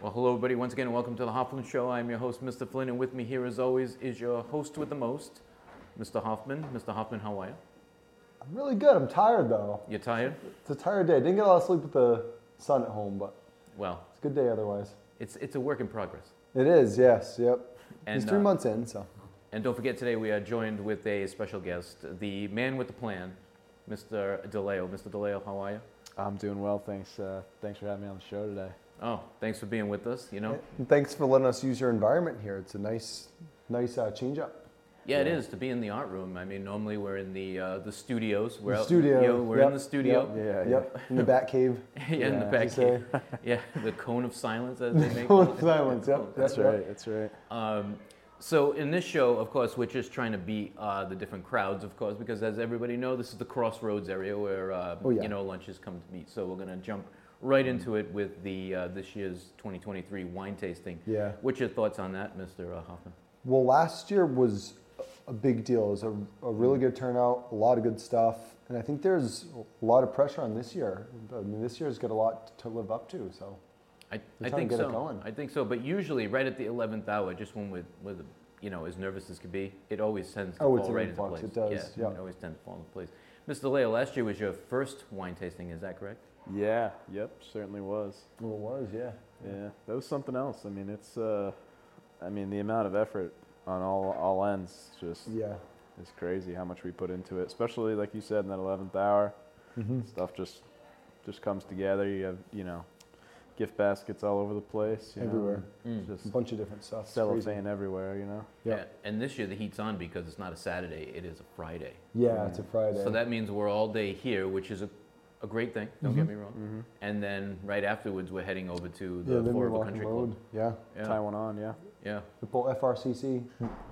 Well, hello, everybody. Once again, welcome to the Hoffman Show. I'm your host, Mr. Flynn, and with me here, as always, is your host with the most, Mr. Hoffman. Mr. Hoffman, how are you? I'm really good. I'm tired though. You tired? It's a tired day. Didn't get a lot of sleep with the sun at home, but Well, it's a good day otherwise. it's it's a work in progress. It is. Yes. Yep. And, He's three uh, months in, so And don't forget, today we are joined with a special guest, the man with the plan, Mr. DeLeo. Mr. DeLeo, how are you? I'm doing well, thanks. Uh, thanks for having me on the show today. Oh, thanks for being with us. You know, And thanks for letting us use your environment here. It's a nice, nice uh, change up. yeah, it is to be in the art room. I mean, normally we're in the uh, the studios. We're The out- studio, you know, we're yep, in the studio. Yeah, yeah. Yep. In the bat cave. Yeah, in the Yeah. back. as you say. Yeah, the cone of silence, as they make Cone it. of silence, yep, That's That's Yep. right. That's right. Um, so in this show, of course, we're just trying to beat uh, the different crowds, of course, because as everybody know, this is the crossroads area where uh, Oh, yeah. you know lunches come to meet. So we're gonna jump right into it with the uh, this year's 2023 wine tasting. Yeah. What's your thoughts on that, Mr. uh, Hoffman? Well, last year was a big deal. It was a, a really good turnout, a lot of good stuff, and I think there's a lot of pressure on this year. I mean, this year's got a lot to live up to. So I, I trying to think get it so. going. I think so. But usually, right at the 11th hour, just when we're, we're the, you know, as nervous as could be, it always tends to Oh, fall it's an right influx. into It place. does, Yeah, yeah. it always tends to fall into place. Mr. Leo, last year was your first wine tasting. Is that correct? Yeah. Yep. Certainly was. well, it was, yeah. Yeah. That was something else. I mean, it's. Uh, I mean, the amount of effort on all all ends just Yeah. is crazy. How much we put into it, especially like you said in that eleventh hour, stuff just just comes together. You have you know, gift baskets all over the place. You know, Everywhere. and A Just bunch of different stuff. It's crazy. cellophane everywhere. You know. Yeah. A- And this year the heat's on because it's not a Saturday; it is a Friday. Yeah, it's a Friday. So that means we're all day here, which is a, a great thing. Don't Mm-hmm. get me wrong. Mm-hmm. And then right afterwards, we're heading over to yeah, the then Four we of a walk Country and load. Club. Yeah, Yeah, Taiwan on. Yeah. yeah, the full FRCC.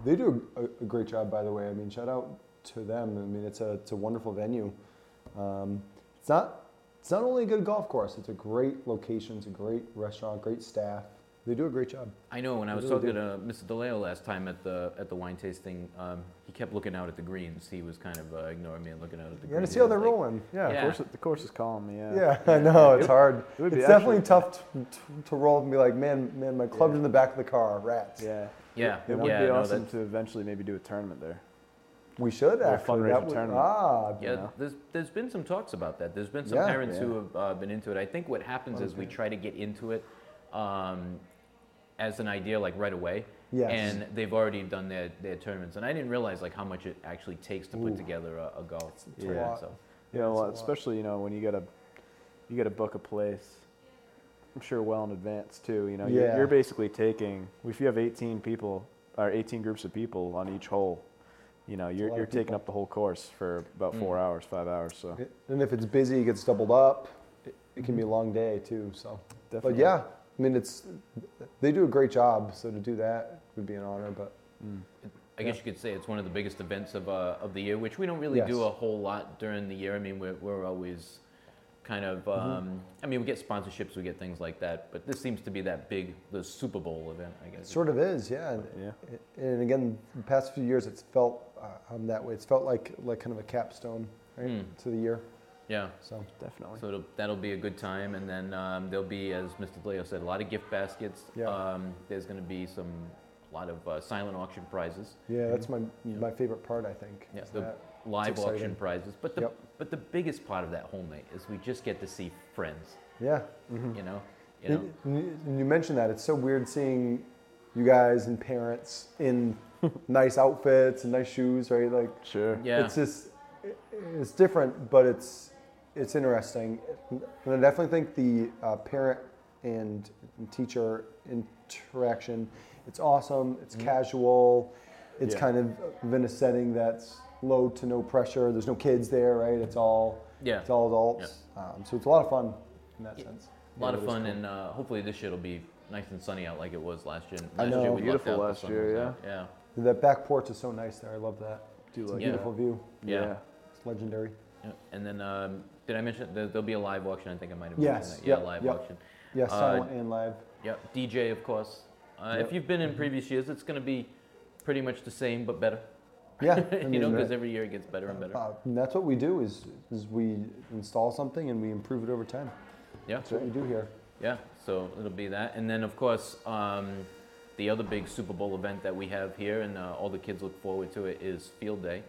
They do a, a great job, by the way. I mean, shout out to them. I mean, it's a it's a wonderful venue. Um, it's not it's not only a good golf course. It's a great location. It's a great restaurant. Great staff. They do a great job. I know. When I They was really talking to do. Mr. DeLeo last time at the at the wine tasting, um, he kept looking out at the greens. He was kind of uh, ignoring me and looking out at the You're gonna greens. see how I was they're like, rolling. Yeah. Yeah. The course, the course is calling me. Yeah. Yeah, I know it's hard. It would be it's definitely actually- tough to, to, to roll and be like, man, man, my club's in the back of the car. Rats. Yeah. Yeah, It would yeah, be no, awesome that's- to eventually maybe do a tournament there. We should Little actually. fundraiser That would- tournament. ah, Yeah, know? there's there's been some talks about that. There's been some Yeah. parents who Yeah. have uh, been into it. I think what happens is we try to get into it um, as an idea like right away. Yes. And they've already done their, their tournaments, and I didn't realize like how much it actually takes to put together a, a golf a tournament. lot. So Yeah, Yeah, well, it's a lot. especially you know when you gotta you gotta book a place. I'm sure well in advance too. You know, Yeah. you're, you're basically taking if you have 18 people or 18 groups of people on each hole, you know, lot you're of you're taking people. up the whole course for about Mm. four hours, five hours. So It- And if it's busy, it gets doubled up. It, it can be a long day too. So, Definitely. but yeah, I mean, it's they do a great job. So to do that would be an honor. But I guess you could say it's one of the biggest events of uh, of the year, which we don't really Yes. do a whole lot during the year. I mean, we're we're always kind of Mm-hmm. um, I mean we get sponsorships, we get things like that, but this seems to be that big the Super Bowl event. I it guess. sort of is, yeah. And, yeah, and again, the past few years, it's felt uh, um, that way. It's felt like like kind of a capstone right, Mm. to the year. Yeah. So definitely. So it'll, that'll be a good time, and then um, there'll be, as Mr. Bleo said, a lot of gift baskets. Yeah. Um, there's going to be some, a lot of uh, silent auction prizes, yeah, that's my Yeah. my favorite part. I think. Yeah, is the- that. live exciting. auction prizes. But the Yep. but the biggest part of that whole night is we just get to see friends. yeah. Mm-hmm. You know, you know. And- and you mentioned that it's so weird seeing you guys and parents in nice outfits and nice shoes, right? Like. Sure. Yeah. It's just it- it's different, but it's it's interesting. And I definitely think the uh, parent and teacher interaction it's awesome. It's Mm-hmm. casual. It's Yeah. kind of in a setting that's low to no pressure. There's no kids there, right? It's all Yeah. It's all adults. Um, so it's a lot of fun in that Yeah. sense. a lot of Yeah, it is fun, cool. and uh, hopefully this year it'll be nice and sunny out like it was last year. Last I know. Year we lucked Beautiful out, the last sun year, was yeah. out. Yeah. That back porch is so nice there. I love that. Do It's a like that. beautiful view. Yeah. Yeah. It's legendary. Yeah. And then um, did I mention there, there'll be a live auction? I think I might have Yes. mentioned that. Yeah, Yep, live yep. auction. Yes, Uh, silent and live. Yep, DJ, of course. Uh, If Yep. Mm-hmm. you've been in previous years, it's going to be pretty much the same, but better. Yeah, I you know, mean, because every year it gets better and better. Uh, and that's what we do is, is we install something and we improve it over time. Yeah. That's what we do here. Yeah, so it'll be that, and then of course um, the other big Super Bowl event that we have here, and uh, all the kids look forward to it, is Field Day.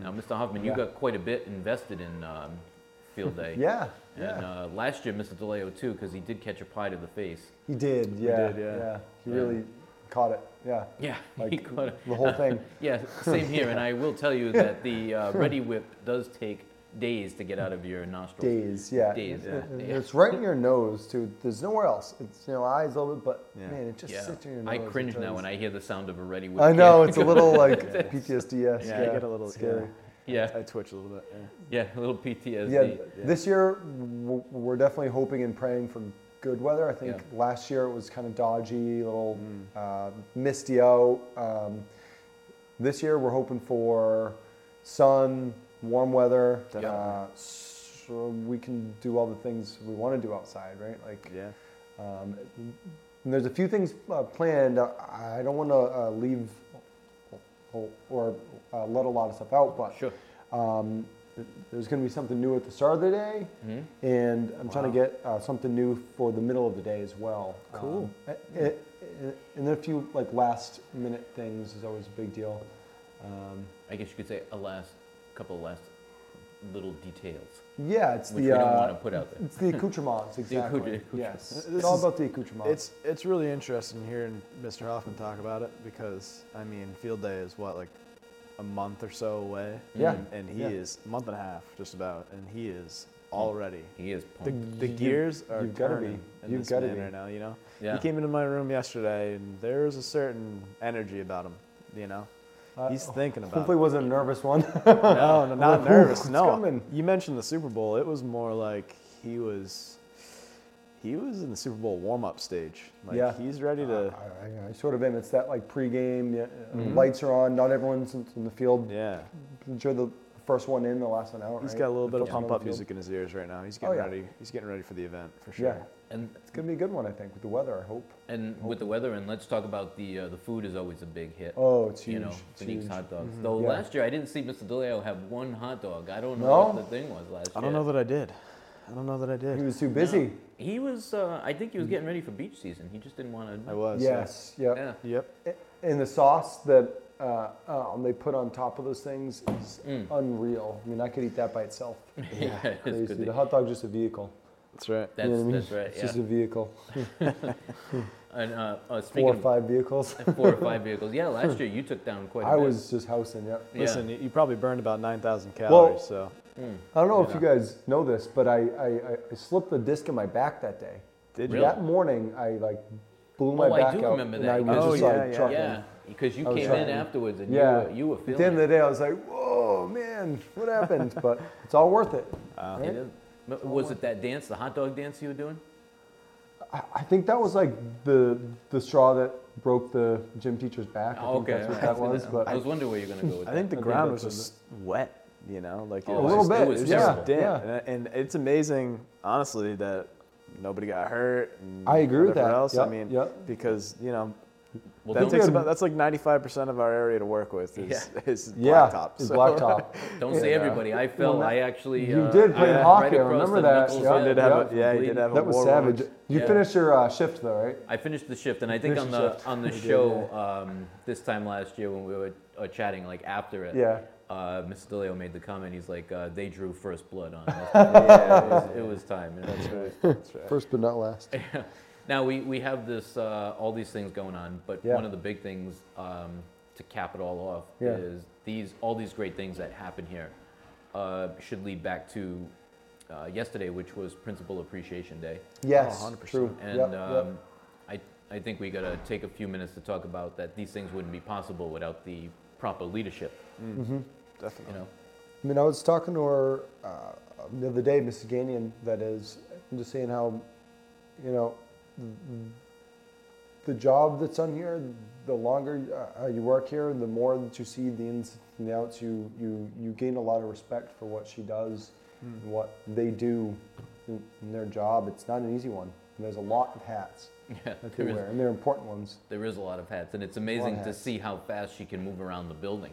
Now, Mr. Hoffman, you Mm. Yeah. got quite a bit invested in um, Field Day. Yeah, yeah. And uh, last year, Mr. DeLeo too, because he did catch a pie to the face. he did. Yeah, did, yeah. He Yeah. really caught it. Yeah, Yeah, he like caught it. the whole thing. Yeah, same here. And I will tell you that the uh, Ready Whip does take days to get out of your nostrils. Days, yeah. Days, It- yeah. it- Yeah. It's right in your nose too. There's nowhere else. It's you know eyes a little bit, but Yeah. man, it just sits in your nose. I and cringe now turns- when I hear the sound of a Ready Whip. I know can. it's a little like PTSD. Yeah, I get a little- scary. yeah. yeah, I twitch a little bit. Yeah. yeah, a little PTSD. yeah, this year w- we're definitely hoping and praying for good weather. I think Yeah. last year it was kind of dodgy, a little uh, misty out. Um, this year we're hoping for sun, warm weather, Yeah. uh, so we can do all the things we want to do outside, right? Like, Yeah. um, and there's a few things uh, planned. I I don't want to uh, leave or, or uh, let a lot of stuff out, but Sure. um, th- there's going to be something new at the start of the day, Mhm. and I'm trying to Wow. get uh, something new for the middle of the day as well. Cool. Um, a- a- a- and then a few like last minute things is always a big deal. Um, I guess you could say a last couple of last little details, yeah, it's which the we don't uh, want to put out there. it's the accoutrements exactly. accoutrements. Yes, This it's all is- about the accoutrements. It's it's really interesting hearing Mr. Hoffman talk about it because I mean field day is what like a month or so away. Yeah. Mm-hmm. And, and he Yeah. is a month and a half just about, and he is already. He is The, pumped. the You- gears are you've gotta be. turning in You've this gotta man be. right now. You know. Yeah. He came into my room yesterday, and there's a certain energy about him. You know. Uh, He's thinking about. Hopefully, it. it wasn't a nervous one. no, no, not Ooh, nervous. it's No, coming. you mentioned the Super Bowl. It was more like he was, he was in the Super Bowl warm-up stage. Like Yeah. he's ready to. Uh, Mm-hmm. I, I, I sort of am. It's that like pregame. Yeah, uh, Lights are on. Not everyone's in in the field. yeah, You're the first one in, the last one out. he's right? got a little bit of First one on the pump-up field. Oh, music in his ears right now. He's getting yeah. ready. He's getting ready for the event for sure. Yeah, and it's gonna be a good one, I think, with the weather. I hope. and with the weather, and let's talk about the uh, the food is always a big hit. Oh, it's huge. you know, it's Phoenix huge. hot dogs. Though Yeah. last year I didn't see Mr. DeLeo have one hot dog. I don't know what No? the thing was last year. I don't know that I did. I don't know that I He did. was too busy. He was. Uh, I think he Mm. was getting ready for beach season. He just didn't want to. I Oh, uh, was. Yes. Yeah. Yeah. Yep. A- And the sauce that uh, um, they put on top of those things is unreal. I mean, I could eat that by itself. Yeah, it's good Crazy. to- The hot dog's just a vehicle. That's right. That's, you know what I mean? that's right. It's just a Yeah. vehicle. And uh, uh, speaking Four or of five vehicles. four or five vehicles. Yeah, last year you took down quite. a I bit. was just housing. Yep. Yeah. Listen, you- you probably burned about nine thousand Well- calories. so I don't know if Yeah. you guys know this, but I, I, I- I slipped the disc in my back that day. did Really? you? That morning, I like blew my Oh, I back do out, remember and that. I was Oh, just yeah, like yeah, trucking. Yeah, because you I was came in trying. afterwards and Yeah. you were, you were At feeling. the end of it. the day, I was like, "Whoa, man, what happened?" but it's all worth it. It right? is. But Was it that dance, the hot dog dance you were doing? I, I think that was like the the straw that broke the gym teacher's back. I Oh, think okay, that's all what right. that was. But I was wondering where you're gonna go with I that. think the I think ground was that's what just wet, you know, like Oh, it a was little just- bit, It was yeah, just damp, yeah. And, and it's amazing, honestly, that nobody got hurt. And I agree with whatever that. Else, I Yep, mean, yep. because you know Well, that don't, takes get- about that's like ninety five percent of our area to work with is Yeah. is yeah, blacktop. it's so- blacktop. don't say Yeah. everybody. I fell. that- I actually. You uh, did play I- hockey, right I across remember the that. knuckles, Yeah. Yeah, did have a, from yeah, you bleeding. did have a that was war savage. wound. You Yeah. finished your uh, shift though, right? I finished the shift, and I think on Finished the the shift. on the You did, show um, this time last year when we were uh, chatting, like after it, Yeah. uh, Mr. DeLeo made the comment. He's like, uh, "They drew first blood on us. it, Yeah, was, it was time." And that's right. That's right. First but not last. now we, we have this uh, all these things going on, but Yeah. one of the big things um, to cap it all off Yeah. is these all these great things that happen here uh, should lead back to uh, yesterday, which was Principal Appreciation Day. Oh, Yes, 100%. true. And Yep, yep. um, I, I think we got to take a few minutes to talk about that these things wouldn't be possible without the proper leadership, you Definitely. know? I mean, I was talking to her uh, the other day, Mrs. Gagnon, that is, and just saying how, you know, the job that's on here, the longer uh, you work here, the more that you see the ins and the outs, you, you, you gain a lot of respect for what she does Hmm. and what they do in, in their job. It's not an easy one. And there's a lot of hats Yeah, that they there is- wear, and they're important ones. there is a lot of hats, and it's amazing to hats. see how fast she can move around the building,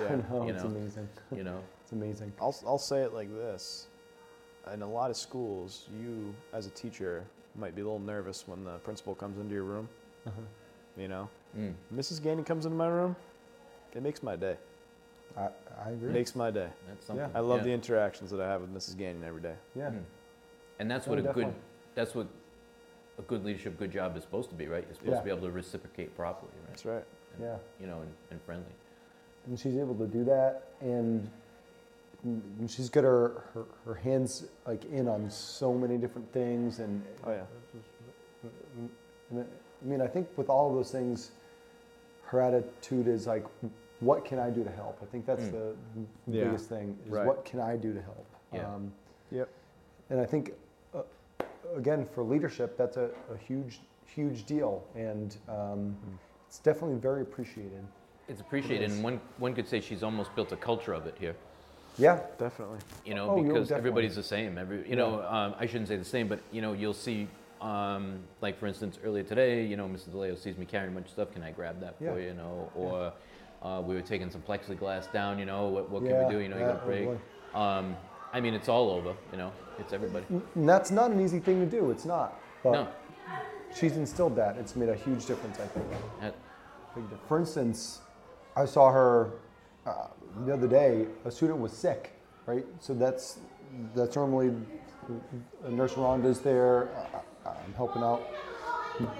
Yeah. Oh, You it's know. amazing. you know? It's amazing. I'll I'll say it like this: in a lot of schools, you as a teacher might be a little nervous when the principal comes into your room. You know, Mm. Mrs. Ganey comes into my room. It makes my day. I, I It agree. makes my day. That's something. I love yeah. the interactions that I have with Mrs. Gannon every day. yeah. Mm. And that's Oh, what a good, definitely. that's what a good leadership, good job is supposed to be, right? You're supposed Yeah. to be able to reciprocate properly, right? That's right. And, Yeah. You know, and, and friendly. and she's able to do that and and she's got her, her, her hands like in on so many different things and Oh yeah. and I mean I think with all of those things her attitude is like what can I do to help I think that's Hmm. Mm. the Yeah. biggest thing is Right. what can I do to help Yeah. um, Yep. and I think uh, again for leadership that's a, a huge huge deal and um, Hmm. it's definitely very appreciated It's appreciated, is. and one one could say she's almost built a culture of it here. yeah Definitely. you know, Oh, you'll because definitely- everybody's the same. Every, you know, um, I shouldn't say the same, but you know, you'll see, um, like for instance, earlier today, you know, Mr. DeLeo sees me carrying a bunch of stuff. Can I grab that Yeah. for you? You know, or uh, we were taking some plexiglass down. You know, what, what Yeah, can we do? You know, you yeah, got a oh break. um, I mean, it's all over. You know, it's everybody. And that's not an easy thing to do. It's not. But No, she's instilled that. It's made a huge difference, I think. that- Big difference. For instance, I saw her uh, the other day. A student was sick, right? So that's that's normally Nurse Rhonda's there. I, I- I'm helping out.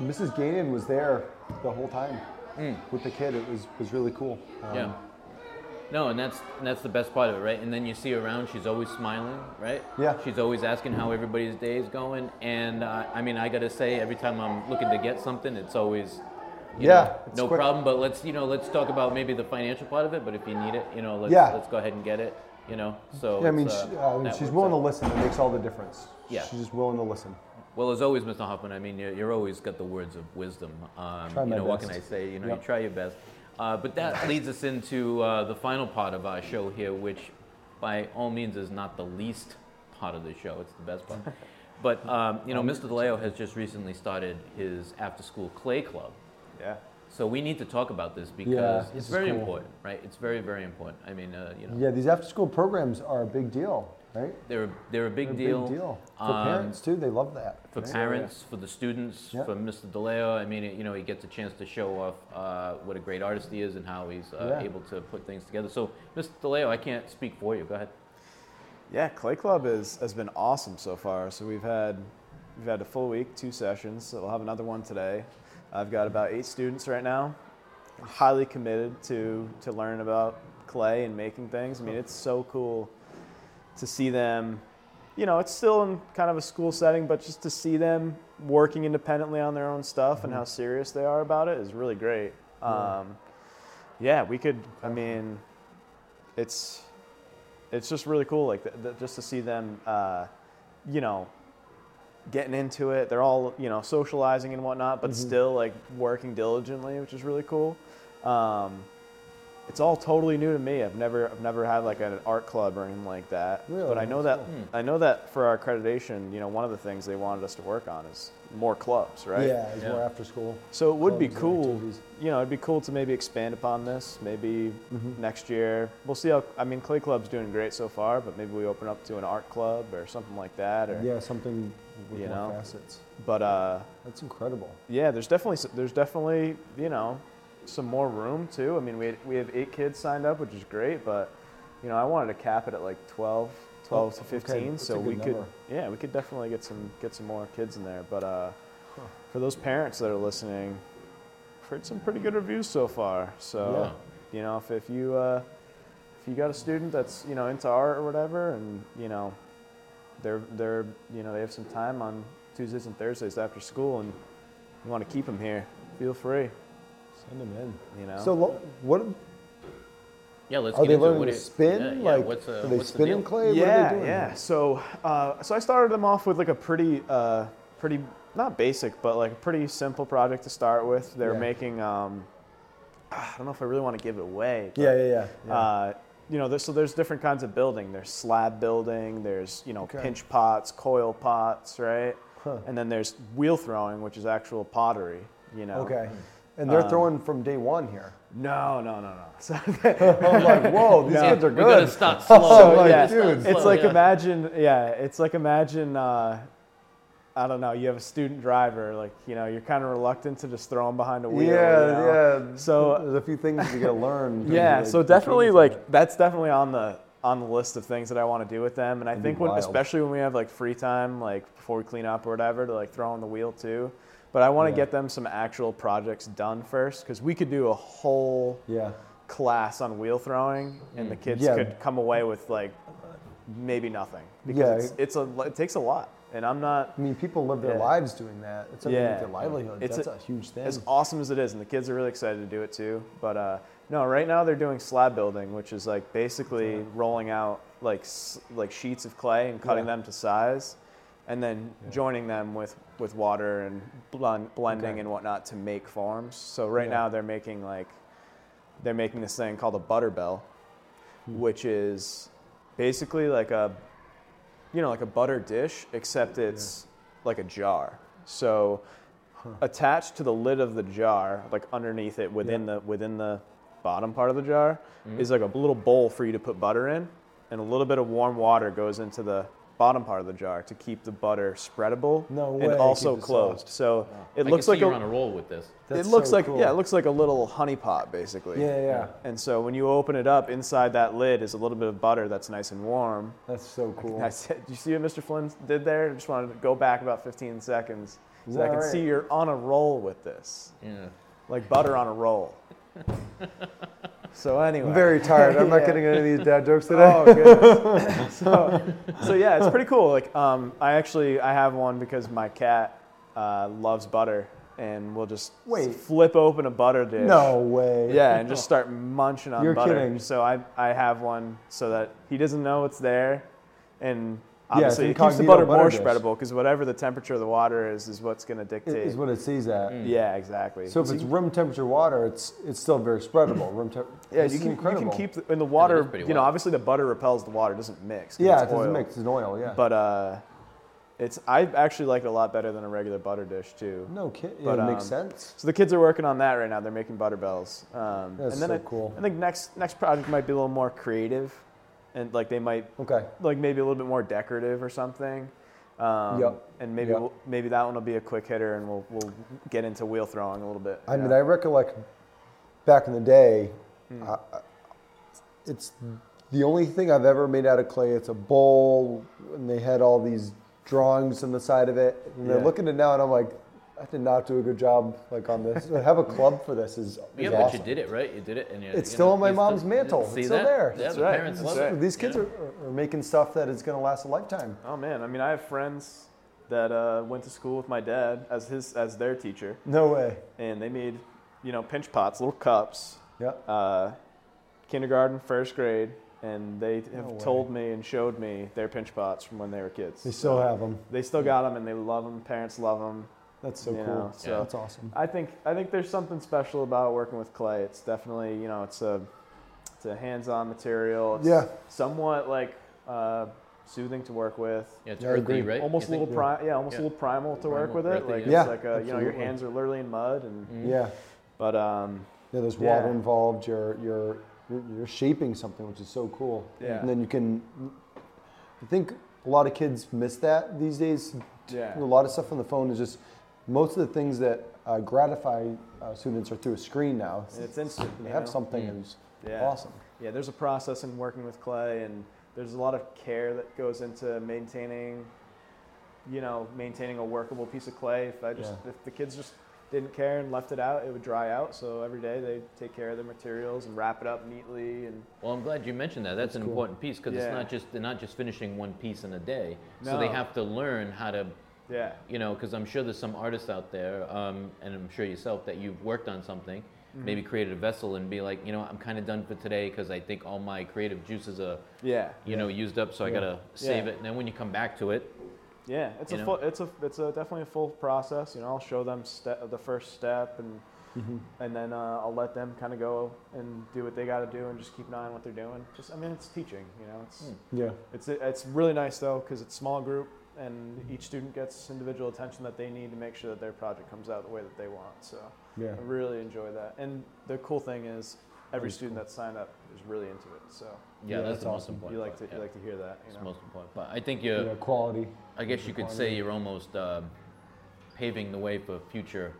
Mrs. Gannon was there the whole time with the kid. It was was really cool. Um, Mm. yeah. No, and that's and that's the best part of it, right? And then you see her around; she's always smiling, right? Yeah. She's always asking how everybody's day is going, and uh, I mean, I gotta say, every time I'm looking to get something, it's always, you Yeah, know, it's no quick. problem. But let's you know, let's talk about maybe the financial part of it. But if you need it, you know, let's Yeah. let's go ahead and get it. You know, so Yeah, I mean, it's, she, uh, uh, that she's works willing to out. listen. It makes all the difference. Yeah. She's just willing to listen. Well, as always, Mr. Hoffman, I mean, you're, you're always got the words of wisdom. Um, Try you my know, what can best. I say? You know, Yep. you try your best. Uh, but that leads us into uh, the final part of our show here, which by all means is not the least part of the show, it's the best part. but, um, you know, Mr. DeLeo has just recently started his after school clay club. Yeah. So we need to talk about this because this it's is very cool. important, right? It's very, very important. I mean, uh, you know, Yeah, these after-school programs are a big deal, right? they're, a- they're a big They're a deal. Big deal for Um, parents too. They love that. for right? parents, for the students, Yeah. for Mr. DeLeo. I mean, you know, he gets a chance to show off uh, what a great artist he is and how he's uh, Yeah. able to put things together. So, Mr. DeLeo, I can't speak for you. Go ahead. Yeah. Clay Club is has been awesome so far. So we've had we've had a full week, two sessions. So we'll have another one today. I've got about eight students right now, highly committed to to learn about clay and making things. I mean, it's so cool to see them. You know, it's still in kind of a school setting, but just to see them working independently on their own stuff and Mm-hmm. how serious they are about it is really great. Um, yeah, we could. I mean, it's it's just really cool, like th- th- just to see them. Uh, you know, getting into it. They're all you know socializing and whatnot, Mm-hmm. but still like working diligently, which is really cool. Um, it's all totally new to me. I've never I've never had like an art club or anything like that. Really? But I know That's that I know that for our accreditation, you know, one of the things they wanted us to work on is more clubs, right? Yeah, it's more Yeah. after school. So it would be clubs and cool, activities. you know, it'd be cool to maybe expand upon this. Maybe Mm-hmm. next year, we'll see how. I mean, Clay Club's doing great so far, but maybe we open up to an art club or something like that. Or, Yeah, something with You more know? facets. But uh, That's incredible. yeah, there's definitely s- there's definitely you know some more room too. I mean, we we have eight kids signed up, which is great, but you know, I wanted to cap it at like 12, 12 to Oh, okay, 15, that's so a we good could number. yeah, we could definitely get some get some more kids in there. But uh, for those parents that are listening, I've heard some pretty good reviews so far. So you know, if if you uh, if you got a student that's you know into art or whatever, and you know they're they're you know they have some time on Tuesdays and Thursdays after school, and you want to keep them here, feel free. Send them in. You know. So lo- what Yeah, let's are get they into it. learning What to do you- spin? yeah, yeah, Like what's, uh, are they what's the spinning deal? clay? yeah, what are they doing? yeah. So, uh, so I started them off with like a pretty, uh, pretty not basic, but like a pretty simple project to start with. They're Yeah. making. Um, ah, I don't know if I really want to give it away. but, Yeah, yeah, yeah. yeah. Uh, you know, there's, so there's different kinds of building. There's slab building. There's you know Okay. pinch pots, coil pots, right? Huh. And then there's wheel throwing, which is actual pottery. You know. okay. And they're throwing from day one here. No, no, no, no. So, I'm like, whoa, these No. kids are We're gonna good. start slow. Oh, my yeah, dudes. it's slow, like yeah. imagine, yeah, it's like imagine. Uh, I don't know. You have a student driver, like you know, you're kind of reluctant to just throw them behind a Yeah, wheel. you know? yeah. So- there's a few things you gotta learn. to, yeah like, so definitely change like that. that's definitely on the on the list of things that i want to do with them and i That'd be think when, wild. especially when we have like free time like before we clean up or whatever to like throw on the wheel too but i want to Yeah. get them some actual projects done first because we could do a whole yeah, class on wheel throwing and the kids Mm. Yeah. could come away with like maybe nothing because Yeah. it's, it's a it takes a lot and i'm not I mean, people live their Yeah. lives doing that. It's something Yeah. with their livelihood. It's That's a- a, huge thing. as awesome as it is, and the kids are really excited to do it too. But uh, no, right now they're doing slab building, which is like basically rolling out like s- like sheets of clay and cutting Yeah. them to size, and then Yeah. joining them with with water and blend, blending Okay. and whatnot to make forms. So right Yeah. now they're making like they're making this thing called a butterbell, Hmm. which is basically like a you know like a butter dish except it's like a jar so attached to the lid of the jar like underneath it within the within the bottom part of the jar Mm-hmm. is like a little bowl for you to put butter in and a little bit of warm water goes into the bottom part of the jar to keep the butter spreadable No and way, also keep it closed soft. so it I can looks see like you're a- on a roll with this. That's it looks so like cool. yeah, it looks like a little honey pot basically. Yeah, yeah. And so when you open it up, inside that lid is a little bit of butter that's nice and warm. That's so cool. I said, "Do you see what Mr. Flynn did there? I just wanted to go back about 15 seconds so that I can Alright. see you're on a roll with this, Yeah. like butter on a roll." so anyway, I'm very tired. I'm not Yeah. getting any of these dad jokes today. Oh goodness. so, so yeah, it's pretty cool. Like um, I actually I have one because my cat uh, loves butter, and we'll just Wait. flip open a butter dish. No way. Yeah, and just start munching on You're butter. kidding. So I, I have one so that he doesn't know it's there, and it's obviously it keeps the incognito butter, butter more dish. spreadable because whatever the temperature of the water is is what's going to It- dictate. is what it sees at. yeah, exactly. So if it's room temperature water, it's it's still very spreadable. Room temp. yeah, this you is can, you can incredible. keep the, in the is water. pretty You know, wild. obviously the butter repels the water; it doesn't mix. 'cause Yeah, it it's doesn't oil. mix. It's an oil. Yeah. But uh, it's I actually like it a lot better than a regular butter dish too. no kid. Yeah, but, it makes um, sense. So the kids are working on that right now. They're making butterbells. Um, That's and then so I, cool. I think next next project might be a little more creative, and like they might Okay. like maybe a little bit more decorative or something. Um, Yep. And maybe Yep. we'll, maybe that one will be a quick hitter, and we'll we'll get into wheel throwing a little bit. I you mean, know? I recollect back in the day, Hmm. I, I- it's the only thing I've ever made out of clay. It's a bowl, and they had all these drawings on the side of it. And I Yeah. look at it now, and I'm like, I did not do a good job like on this. to have a club for this is, is Yeah, but awesome. you did it right. You did it, and you- It's you still on my you mom's mantle. See It's still that? there. Yeah, That's the right. parents That's love it. right. These kids Yeah. are, are making stuff that is going to last a lifetime. oh man, I mean, I have friends that uh, went to school with my dad as his as their teacher, No way. and they made you know pinch pots, little cups, Yeah. uh, kindergarten, first grade, and they have way. told me and showed me their pinch pots from when they were kids. They still have them. They still got them, and they love them. Parents love them. That's so Yeah, cool. so- That's awesome. I think I think there's something special about working with clay. It's definitely you know it's a it's a hands-on material. It's Yeah. Somewhat like uh, soothing to work with. Yeah, it's Yeah, I earthy, agree. right? Almost a You little think- pri- yeah, almost a Yeah. little primal Mm. to work Primal, with it. earthy, Like yeah. it's like a, you know your absolutely. hands are literally in mud and Yeah. but um Yeah, there's Yeah. water involved. You're you're you're you're shaping something, which is so cool. Yeah. And then you can. I think a lot of kids miss that these days. yeah. A lot of stuff on the phone is just most of the things that uh, gratify uh, students are through a screen now. And it's instant. They you have know? something Mm. that's Yeah. awesome. Yeah, there's a process in working with clay, and there's a lot of care that goes into maintaining, you know, maintaining a workable piece of clay. If I just Yeah. if the kids just didn't care and left it out, it would dry out. So every day they take care of their materials and wrap it up neatly. And Well, I'm glad you mentioned that. That's, an cool. important piece because Yeah. it's not just they're not just finishing one piece in a day. So they No. have to learn how to, yeah, you know, because I'm sure there's some artists out there, um, and I'm sure yourself that you've worked on something, Mm-hmm. maybe created a vessel and be like, you know, I'm kind of done for today because I think all my creative juices are, yeah, you know, used up. So I Yeah. gotta save Yeah. it. And then when you come back to it, yeah. It's You a know? full, it's a it's a definitely a full process. You know, I'll show them step the first step and. Mm-hmm. And then uh, I'll let them kind of go and do what they got to do, and just keep an eye on what they're doing. Just, I mean, it's teaching, you know. It's Hmm. Yeah. It's it's really nice though because it's small group and each student gets individual attention that they need to make sure that their project comes out the way that they want. So Yeah. I really enjoy that. And the cool thing is, every That's student cool. that signed up is really into it. So Yeah, Yeah, that's, that's the most awesome. important. you like to part, yeah. you like to hear that. It's You the know? most important. But I think you, yeah, quality. I guess you could say you're almost uh, paving the way for future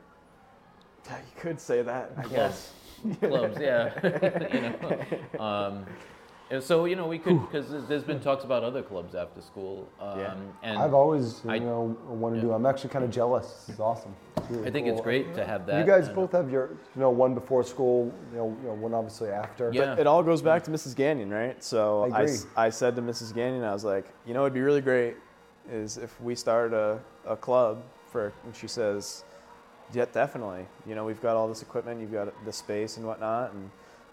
Yeah, you could say that. I Yes. guess. clubs. Yeah, you know. Um, and so you know we could because there's, there's been talks about other clubs after school. Um, Yeah. and I've always, you I- know, wanted yeah. to do. I'm actually kind of jealous. It's awesome. It's really I think it's cool. great to have that. You guys and- both have your, you know, one before school, you know, you know one obviously after. Yeah. It all goes back to Mrs. Gagnon, right? So I I, s- I said to Mrs. Gagnon, I was like, you know, it'd be really great is if we started a, a club for, and she says, yeah, definitely. You know, we've got all this equipment, you've got the space and whatnot. And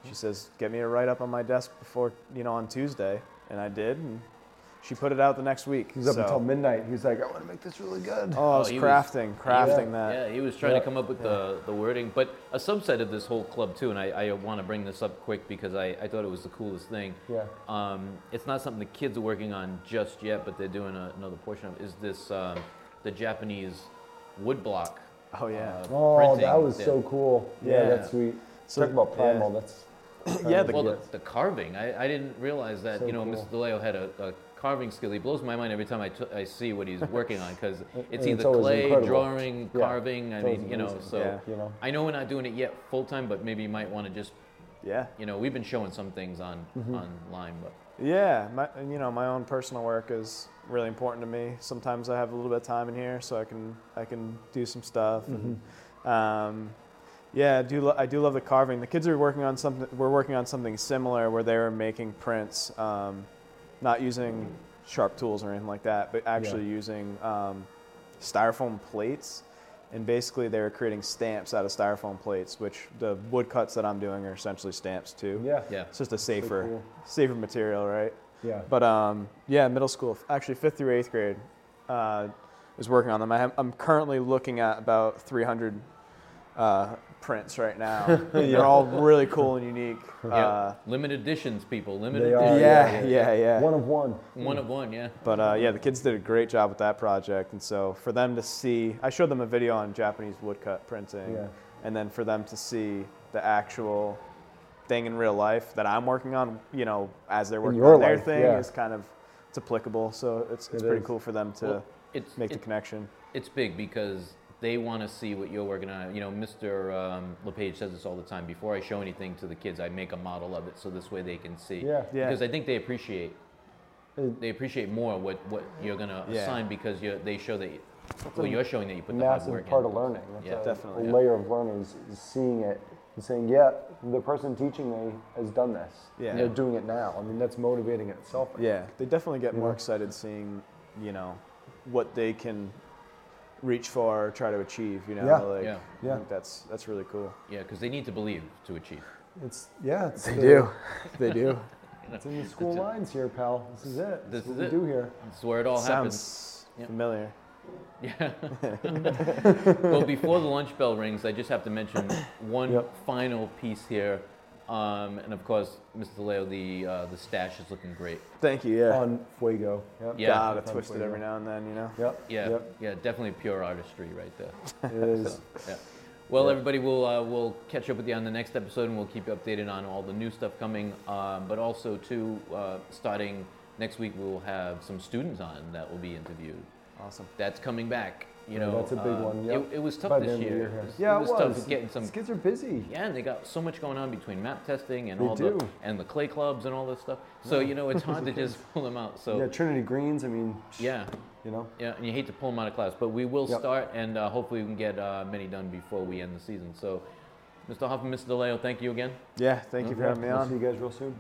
she says, get me a write up on my desk before, you know, on Tuesday. And I did. And she put it out the next week. He was up so- until midnight. He was like, I want to make this really good. Oh, I was Oh, he was- crafting, Yeah. crafting that. Yeah, he was trying Yeah. to come up with the, the wording. But a subset of this whole club, too, and I, I want to bring this up quick because I, I thought it was the coolest thing. Yeah. Um, it's not something the kids are working on just yet, but they're doing a, another portion of is this um, the Japanese woodblock. Oh, yeah. uh, Oh, that printing was so cool. Yeah, Yeah. that's sweet. So- Talk about yeah. primal. That's Yeah, the- Well, the, the carving. I, I didn't realize that, So you know, cool. Mr. DeLeo had a, a carving skill. He blows my mind every time I, t- I see what he's working on because it's it's either always clay, incredible. drawing, Yeah. carving. I It's always mean, you know, amazing. so. Yeah. you know. I know we're not doing it yet full time, but maybe you might want to just, yeah. you know, we've been showing some things on Mm-hmm. online, but Yeah, my, and, you know, my own personal work is really important to me. Sometimes I have a little bit of time in here, so I can I can do some stuff. And, um, yeah, I do lo- I do love the carving. The kids are working on something. We're working on something similar where they were making prints, um, not using sharp tools or anything like that, but actually using um, styrofoam plates. And basically, they were creating stamps out of styrofoam plates, which the woodcuts that I'm doing are essentially stamps too. Yeah. yeah. It's just a safer, cool. safer material, right? Yeah. But um, yeah, middle school, actually fifth through eighth grade, uh, is working on them. I have, I'm currently looking at about 300 uh, prints right now. They're all really cool and unique. Uh, limited editions, people. Limited They are, editions. Oh, yeah, yeah, yeah. One of one. One of one, yeah. But uh, yeah, the kids did a great job with that project, and so for them to see, I showed them a video on Japanese woodcut printing, Yeah. and then for them to see the actual thing in real life that I'm working on, you know, as they're working your on their life, thing, yeah. is kind of it's applicable. So it's, it's It pretty is. cool for them to Well, it's make the it- connection. it's big because they want to see what you're working on. You know, Mr. Um, LePage says this all the time. Before I show anything to the kids, I make a model of it so this way they can see. Yeah. Yeah. Because I think they appreciate It- they appreciate more what, what you're gonna Yeah. assign because you're, they show that you, well you're showing that you put the hard massive work part in. of learning. That's Yeah. a, Definitely, A yeah. layer of learning is, is seeing it and saying, yeah, the person teaching me has done this. Yeah. They're doing it now. I mean, that's motivating in itself. Yeah, they definitely get more excited seeing, you know, what they can reach for, try to achieve. You know, Yeah. like Yeah. Yeah. I think that's that's really cool. Yeah, because they need to believe to achieve. It's yeah. It's the- they do. It's in the school lines here, pal. This is it. This This, is is what it. we do here. That's where it all happens. Sounds Yep. familiar. Yeah. well, before the lunch bell rings, I just have to mention one Yep. final piece here. Um, and of course, Mr. Leo, the, uh, the stash is looking great. Thank you. Yeah. On Fuego. Yep. Yeah. God, I Fun twist it Fuego. every now and then, you know. Yep. Yeah, Yep. yeah, definitely pure artistry right there. It is. Yeah. Well, everybody, we'll, uh, we'll catch up with you on the next episode and we'll keep you updated on all the new stuff coming. Um, but also, too, uh, starting next week, we'll have some students on that will be interviewed. Awesome. That's coming back. You Yeah, know, that's a big um, one, yep. It, it was tough By the this end of the year. year, yeah. It was, Yeah, it it was tough was. getting some These kids are busy. Yeah, and they got so much going on between map testing and They all the do. and the clay clubs and all this stuff. So you know it's hard to just pull them out. So Yeah. Trinity Greens. I mean, yeah, Oh. you know. yeah, and you hate to pull them out of class, but we will Yep. start, and uh, hopefully we can get uh, many done before we end the season. So, Mr. Hoffman, Mr. DeLeo, thank you again. Yeah. Thank you for having me We'll on. See you guys real soon.